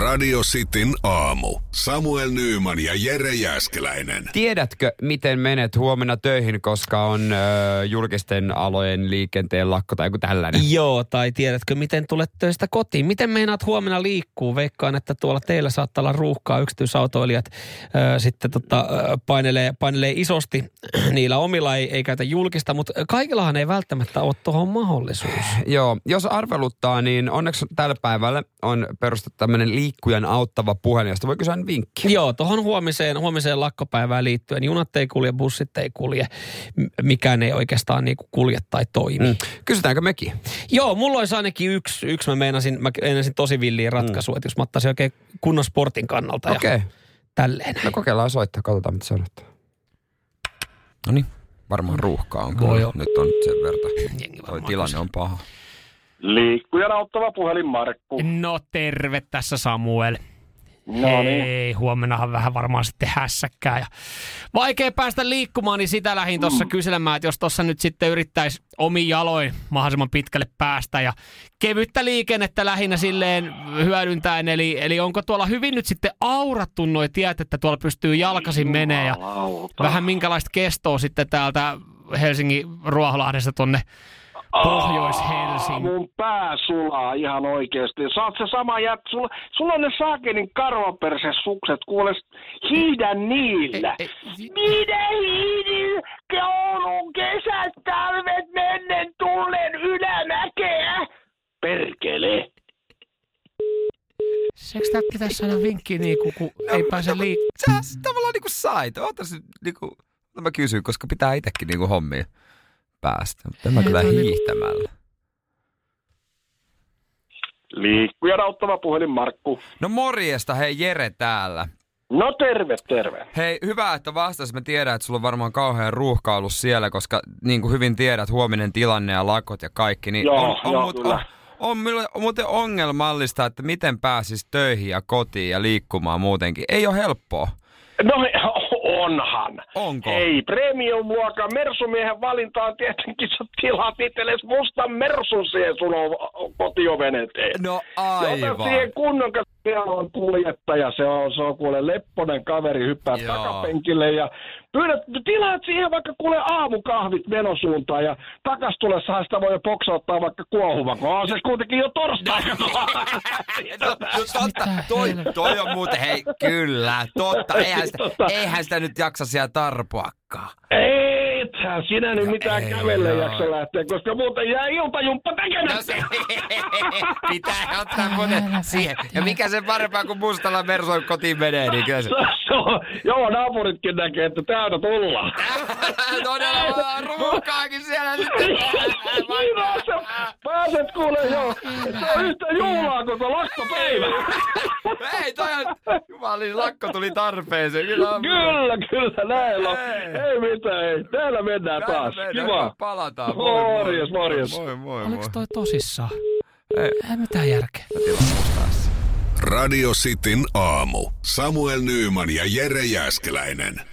Radio Cityn aamu. Samuel Nyyman ja Jere Jäskeläinen. Tiedätkö, miten menet huomenna töihin, koska on ö, julkisten alojen liikenteen lakko tai joku tällainen? Joo, tai tiedätkö, miten tulet töistä kotiin? Miten meinaat huomenna liikkuu? Veikkaan, että tuolla teillä saattaa olla ruuhkaa. Yksityisautoilijat ö, sitten tota, ö, painelee, painelee isosti. Niillä omilla ei, ei käytä julkista, mutta kaikillahan ei välttämättä ole tuohon mahdollisuus. Joo, jos arveluttaa, niin onneksi tällä päivällä on perustettu tämmöinen liikkujan auttava puhelin, josta voi kysyä vinkkiä. Joo, tuohon huomiseen, huomiseen lakkopäivään liittyen junat ei kulje, bussit ei kulje, m- mikään ei oikeastaan niinku kulje tai toimi. Mm. Kysytäänkö mekin? Joo, mulla olisi ainakin yksi, yksi mä meinasin, mä meinasin tosi villiä ratkaisua, mm. että jos mä ottaisin oikein kunnon sportin kannalta Okei, ja okay. tälleen näin. no kokeillaan soittaa, katsotaan mitä sanotaan. No niin, varmaan ruuhkaa No on. Voi Voi olla. Nyt on sen verta. Jengi varmaan Toi tilanne on paha. Liikkujan auttava puhelin Markku. No terve tässä Samuel. No niin. Hei, huomennahan vähän varmaan sitten hässäkkää. Ja vaikea päästä liikkumaan, niin sitä Hmm. lähin tuossa mm. kyselemään, että jos tuossa nyt sitten yrittäisi omin jaloin mahdollisimman pitkälle päästä ja kevyttä liikennettä lähinnä silleen hyödyntäen. Eli, eli onko tuolla hyvin nyt sitten aurattu noi tiet, että tuolla pystyy jalkaisin menee ja Jumalauta. vähän minkälaista kestoa sitten täältä Helsingin Ruoholahdesta tonne Aa, Pohjois-Helsinkiin. Mun pää sulaa ihan oikeesti. Sä oot se sama jät... Sulla, sulla on ne saakenin karvaperse sukset. Kuules, hiihdä niillä. Ei- Minä hiidin koulun kesät, talvet, mennen, tullen ylämäkeä. Perkele. Seks täältä pitäisi saada vinkki, niin kun, kun no, ei pääse liikkeelle? Sä s- tavallaan niinku sait. Ootas nyt niinku... No mä kysyn, koska pitää itsekin niinku hommia päästä. Mutta en mä kyllä hiihtämällä. Liikkujan auttava puhelin Markku. No morjesta, hei Jere täällä. No terve, terve. Hei, hyvä, että vastasit. Mä tiedän, että sulla on varmaan kauhean ruuhka ollut siellä, koska niin kuin hyvin tiedät, huominen tilanne ja lakot ja kaikki. Niin Joo, on, on, joo, mut- kyllä. on, on, minulle- on muuten ongelmallista, että miten pääsis töihin ja kotiin ja liikkumaan muutenkin. Ei ole helppoa. No onhan. Onko? Ei premium-luokan mersumiehen valintaan tietenkin sä tilaat itsellesi mustan mersun siihen sun o- kotioven eteen. No Ja ota aivan. siihen kunnon kanssa. siellä on kuljettaja, se on, se on kuule lepponen kaveri, hyppää Joo. Joo. takapenkille ja pyydät, tilaat siihen vaikka kuule aamukahvit menosuuntaan ja takas tulessahan sitä voi jo poksauttaa vaikka kuohuva, kun on se kuitenkin jo torstai. No, no totta, toi, toi on muuten, hei kyllä, totta, eihän sitä, eihän sitä nyt jaksa siellä tarpoakaan. Ethän sinä nyt mitään No ei, kävelle joo. jaksa lähteä, koska muuten jää iltajumppa tekemättä. No se, pitää ottaa kone siihen. Ja mikä se parempaa kuin mustalla versoin kotiin menee, niin kyllä se. Se on- Joo, naapuritkin näkee, että täältä tullaan. No niin, Todella ruuhkaakin siellä sitten. Niin on se. Pääset kuule joo. Se on yhtä juhlaa koko lakkopäivä. Hei, toi on... Jumalin lakko tuli tarpeeseen. Kyllä on... Kyllä, kyllä, näin on. Hei. Ei mitään, ei. Täällä mennään Täällä taas. mennään, Kiva. Palataan. Morjes, morjes. Moi, moi, moi. Oliko toi tosissaan? Ei mitään järkeä. Radio Cityn aamu. Samuel Nyyman ja Jere Jäskeläinen.